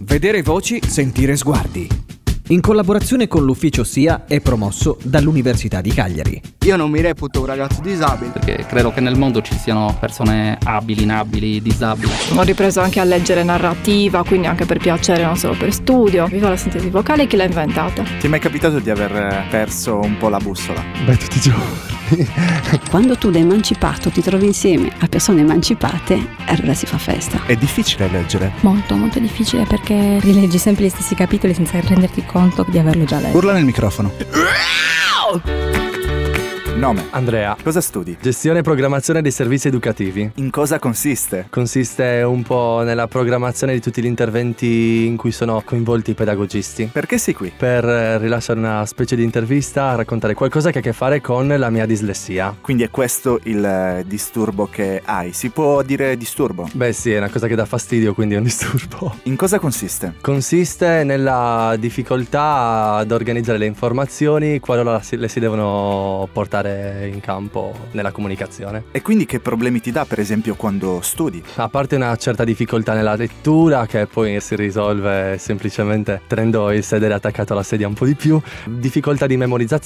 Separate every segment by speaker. Speaker 1: Vedere voci, sentire sguardi.
Speaker 2: In collaborazione con l'ufficio SIA è promosso dall'Università di Cagliari.
Speaker 3: Io non mi reputo un ragazzo disabile.
Speaker 4: Perché credo che nel mondo ci siano persone abili, inabili, disabili.
Speaker 5: Ho ripreso anche a leggere narrativa, quindi anche per piacere, non solo per studio. Viva la sintesi vocale, chi l'ha inventata?
Speaker 6: Ti è mai capitato di aver perso un po' la bussola?
Speaker 7: Beh, tutti i giorni.
Speaker 8: Quando tu da emancipato ti trovi insieme a persone emancipate, allora si fa festa.
Speaker 6: È difficile leggere?
Speaker 9: Molto, molto difficile perché rileggi sempre gli stessi capitoli senza renderti conto di averlo già letto.
Speaker 7: Urla nel microfono.
Speaker 6: Nome.
Speaker 10: Andrea.
Speaker 6: Cosa studi?
Speaker 10: Gestione e programmazione dei servizi educativi.
Speaker 6: In cosa consiste?
Speaker 10: Consiste un po' nella programmazione di tutti gli interventi in cui sono coinvolti i pedagogisti.
Speaker 6: Perché sei qui?
Speaker 10: Per eh, rilasciare una specie di intervista, raccontare qualcosa che ha a che fare con la mia dislessia.
Speaker 6: Quindi è questo il eh, disturbo che hai? Si può dire disturbo?
Speaker 10: Beh sì, è una cosa che dà fastidio, quindi è un disturbo.
Speaker 6: In cosa consiste?
Speaker 10: Consiste nella difficoltà ad organizzare le informazioni qualora le si devono portare in campo nella comunicazione.
Speaker 6: E quindi che problemi ti dà per esempio quando studi?
Speaker 10: A parte una certa difficoltà nella lettura che poi si risolve semplicemente tenendo il sedere attaccato alla sedia un po' di più, difficoltà di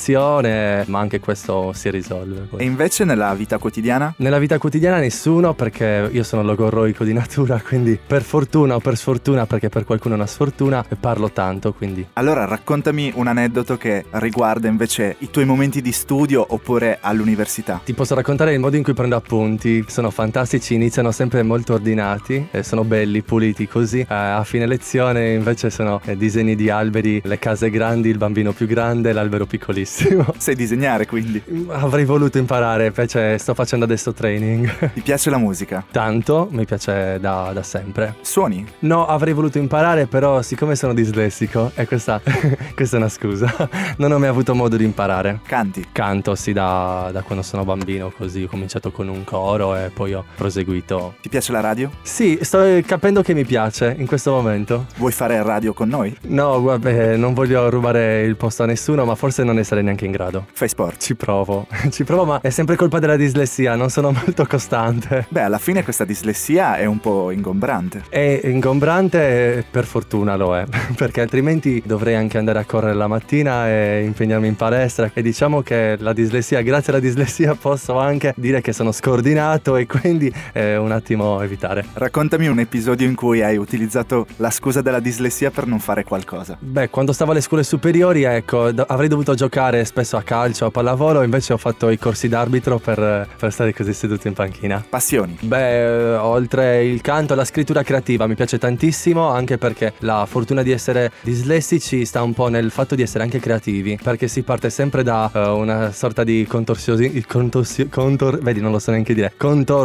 Speaker 10: memorizzazione, ma anche questo si risolve.
Speaker 6: Poi. E invece nella vita quotidiana?
Speaker 10: Nella vita quotidiana nessuno perché io sono logorroico di natura, quindi per fortuna o per sfortuna, perché per qualcuno è una sfortuna, parlo tanto quindi.
Speaker 6: Allora raccontami un aneddoto che riguarda invece i tuoi momenti di studio oppure all'università?
Speaker 10: Ti posso raccontare il modo in cui prendo appunti. Sono fantastici, iniziano sempre molto ordinati, eh, sono belli, puliti così. Eh, a fine lezione invece sono eh, disegni di alberi, le case grandi, il bambino più grande, l'albero piccolissimo.
Speaker 6: Sai disegnare quindi?
Speaker 10: Avrei voluto imparare, invece sto facendo adesso training.
Speaker 6: Ti piace la musica?
Speaker 10: Tanto, mi piace da, da sempre.
Speaker 6: Suoni?
Speaker 10: No, avrei voluto imparare, però siccome sono dislessico, e questa, questa è una scusa, non ho mai avuto modo di imparare.
Speaker 6: Canti?
Speaker 10: Canto, sì, da da, da, quando sono bambino, così ho cominciato con un coro e poi ho proseguito.
Speaker 6: Ti piace la radio?
Speaker 10: Sì, sto eh, capendo che mi piace in questo momento.
Speaker 6: Vuoi fare radio con noi?
Speaker 10: No, vabbè, non voglio rubare il posto a nessuno, ma forse non ne sarei neanche in grado.
Speaker 6: Fai sport?
Speaker 10: Ci provo, ci provo, ma è sempre colpa della dislessia, non sono molto costante.
Speaker 6: Beh, alla fine questa dislessia è un po' ingombrante.
Speaker 10: È ingombrante, per fortuna lo è, perché altrimenti dovrei anche andare a correre la mattina e impegnarmi in palestra e diciamo che la dislessia grazie alla dislessia posso anche dire che sono scordinato e quindi eh, un attimo evitare.
Speaker 6: Raccontami un episodio in cui hai utilizzato la scusa della dislessia per non fare qualcosa.
Speaker 10: Beh, quando stavo alle scuole superiori, ecco, do- avrei dovuto giocare spesso a calcio, a pallavolo, invece ho fatto i corsi d'arbitro per, eh, per stare così seduto in panchina.
Speaker 6: Passioni?
Speaker 10: Beh, eh, oltre il canto, la scrittura creativa mi piace tantissimo, anche perché la fortuna di essere dislessici sta un po' nel fatto di essere anche creativi, perché si parte sempre da uh, una sorta di contorsiosi, contorsio, contor, vedi non lo so neanche dire,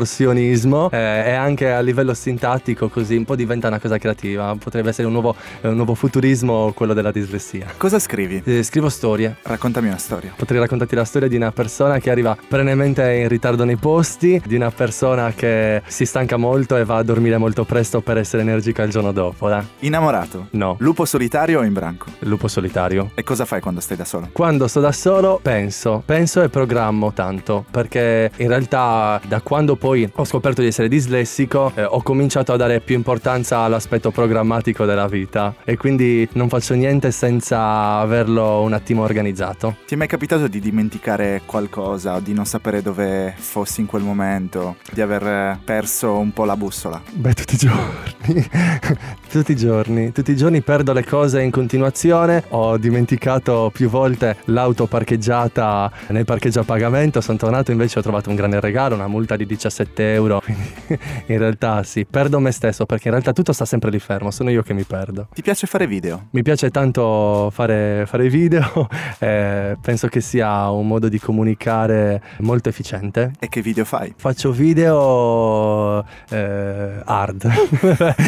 Speaker 10: contorsionismo eh, e anche a livello sintattico così un po' diventa una cosa creativa, potrebbe essere un nuovo, eh, un nuovo futurismo quello della dislessia.
Speaker 6: Cosa scrivi?
Speaker 10: Eh, scrivo storie.
Speaker 6: Raccontami una storia.
Speaker 10: Potrei raccontarti la storia di una persona che arriva perennemente in ritardo nei posti, di una persona che si stanca molto e va a dormire molto presto per essere energica il giorno dopo. Eh.
Speaker 6: Innamorato?
Speaker 10: No.
Speaker 6: Lupo solitario o in branco?
Speaker 10: Lupo solitario.
Speaker 6: E cosa fai quando stai da solo?
Speaker 10: Quando sto da solo penso, penso e programmo tanto perché in realtà da quando poi ho scoperto di essere dislessico eh, ho cominciato a dare più importanza all'aspetto programmatico della vita e quindi non faccio niente senza averlo un attimo organizzato.
Speaker 6: Ti è mai capitato di dimenticare qualcosa, di non sapere dove fossi in quel momento, di aver perso un po' la bussola?
Speaker 7: Beh, tutti i giorni.
Speaker 10: tutti i giorni, tutti i giorni perdo le cose in continuazione, ho dimenticato più volte l'auto parcheggiata nel parcheggio parcheggio a pagamento, sono tornato invece ho trovato un grande regalo, una multa di 17 euro, quindi in realtà sì, perdo me stesso perché in realtà tutto sta sempre lì fermo, sono io che mi perdo.
Speaker 6: Ti piace fare video?
Speaker 10: Mi piace tanto fare, fare video, eh, penso che sia un modo di comunicare molto efficiente.
Speaker 6: E che video fai?
Speaker 10: Faccio video eh, hard,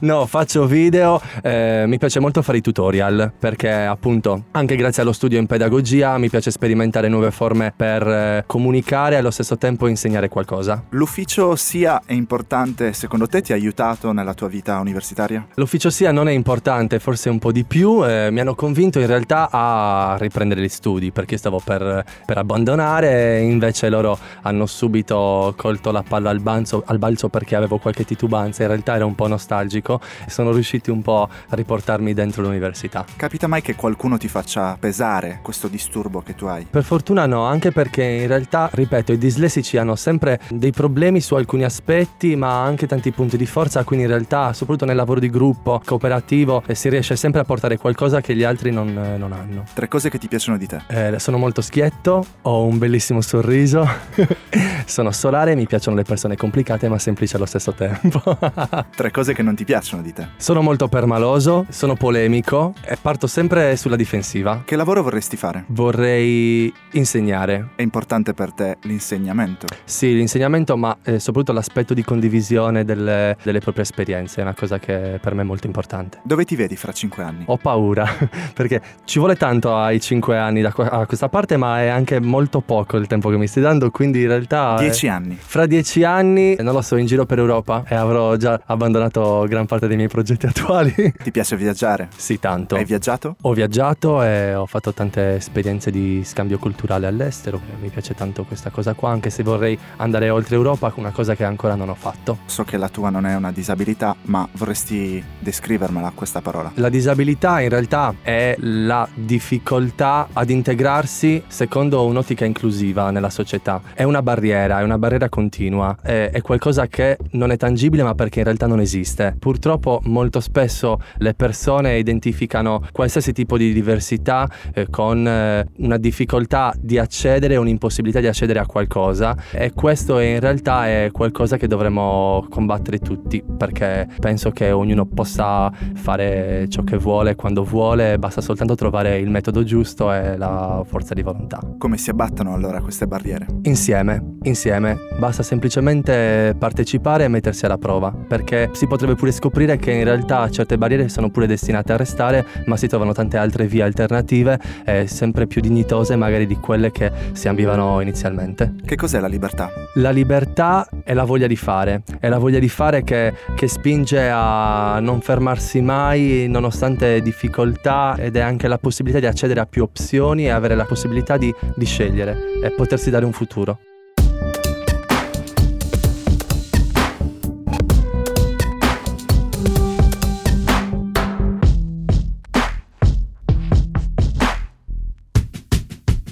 Speaker 10: no, faccio video, eh, mi piace molto fare i tutorial perché appunto anche grazie allo studio in pedagogia mi piace sperimentare nuove forme per eh, comunicare e allo stesso tempo insegnare qualcosa.
Speaker 6: L'ufficio SIA è importante, secondo te ti ha aiutato nella tua vita universitaria?
Speaker 10: L'ufficio SIA non è importante, forse un po' di più, eh, mi hanno convinto in realtà a riprendere gli studi perché stavo per, per abbandonare e invece loro hanno subito colto la palla al, banzo, al balzo perché avevo qualche titubanza, in realtà era un po' nostalgico amico e sono riusciti un po' a riportarmi dentro l'università.
Speaker 6: Capita mai che qualcuno ti faccia pesare questo disturbo che tu hai?
Speaker 10: Per fortuna no, anche perché in realtà, ripeto, i dislessici hanno sempre dei problemi su alcuni aspetti, ma anche tanti punti di forza, quindi in realtà, soprattutto nel lavoro di gruppo, cooperativo, eh, si riesce sempre a portare qualcosa che gli altri non, eh, non hanno.
Speaker 6: Tre cose che ti piacciono di te.
Speaker 10: Eh, sono molto schietto, ho un bellissimo sorriso, sono solare, mi piacciono le persone complicate ma semplici allo stesso tempo.
Speaker 6: Tre cose che non ti piacciono di te.
Speaker 10: sono molto permaloso, sono polemico e parto sempre sulla difensiva.
Speaker 6: Che lavoro vorresti fare?
Speaker 10: Vorrei insegnare,
Speaker 6: È importante per te l'insegnamento.
Speaker 10: Sì, l'insegnamento, ma eh, soprattutto l'aspetto di condivisione delle, delle proprie esperienze è una cosa che per me è molto importante.
Speaker 6: Dove ti vedi fra cinque anni?
Speaker 10: Ho paura, perché ci vuole tanto ai 5 anni da qua- a questa parte, ma è anche molto poco il tempo che mi stai dando, quindi in realtà... eh,
Speaker 6: Dieci anni.
Speaker 10: Fra dieci anni, eh, non lo so, in giro per Europa e avrò già abbandonato gran parte dei miei progetti attuali.
Speaker 6: Ti piace viaggiare?
Speaker 10: sì, tanto.
Speaker 6: Hai viaggiato?
Speaker 10: Ho viaggiato e ho fatto tante esperienze di scambio culturale all'estero, mi piace tanto questa cosa qua, anche se vorrei andare oltre Europa, una cosa che ancora non ho fatto.
Speaker 6: So che la tua non è una disabilità, ma vorresti descrivermela questa parola.
Speaker 10: La disabilità in realtà è la difficoltà ad integrarsi secondo un'ottica inclusiva nella società. È una barriera, è una barriera continua, è, è qualcosa che non è tangibile ma perché in realtà non esiste. Purtroppo molto spesso le persone identificano qualsiasi tipo di diversità eh, con eh, una difficoltà di accedere, un'impossibilità di accedere a qualcosa e questo in realtà è qualcosa che dovremmo combattere tutti perché penso che ognuno possa fare ciò che vuole quando vuole, basta soltanto trovare il metodo giusto e la forza di volontà.
Speaker 6: Come si abbattono allora queste barriere?
Speaker 10: Insieme, insieme, basta semplicemente partecipare e mettersi alla prova, perché si potrebbe pure scoprire che in realtà certe barriere sono pure destinate a restare, ma si trovano tante altre vie alternative, eh, sempre più dignitose magari di quelle che si ambivano inizialmente.
Speaker 6: Che cos'è la libertà?
Speaker 10: La libertà è la voglia di fare, è la voglia di fare che, che spinge a non fermarsi mai nonostante difficoltà ed è anche la possibilità di accedere a più opzioni e avere la possibilità di, di scegliere e potersi dare un futuro.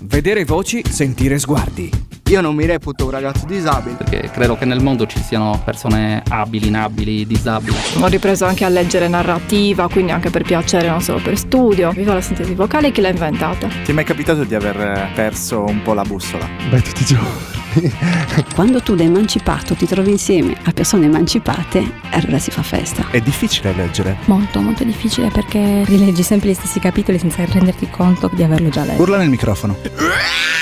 Speaker 1: Vedere voci, sentire sguardi.
Speaker 3: Io non mi reputo un ragazzo disabile.
Speaker 4: perché credo che nel mondo ci siano persone abili, inabili, disabili.
Speaker 5: Ho ripreso anche a leggere narrativa, quindi anche per piacere, non solo per studio. Viva la sintesi vocale, chi l'ha inventata?
Speaker 6: Ti è mai capitato di aver eh, perso un po' la bussola?
Speaker 7: Beh, tutti i giorni.
Speaker 8: Quando tu da emancipato ti trovi insieme a persone emancipate, allora si fa festa.
Speaker 11: È difficile leggere.
Speaker 9: Esatto. Molto, molto difficile perché rileggi sempre gli stessi capitoli senza renderti conto di averlo già letto.
Speaker 11: Urla nel microfono.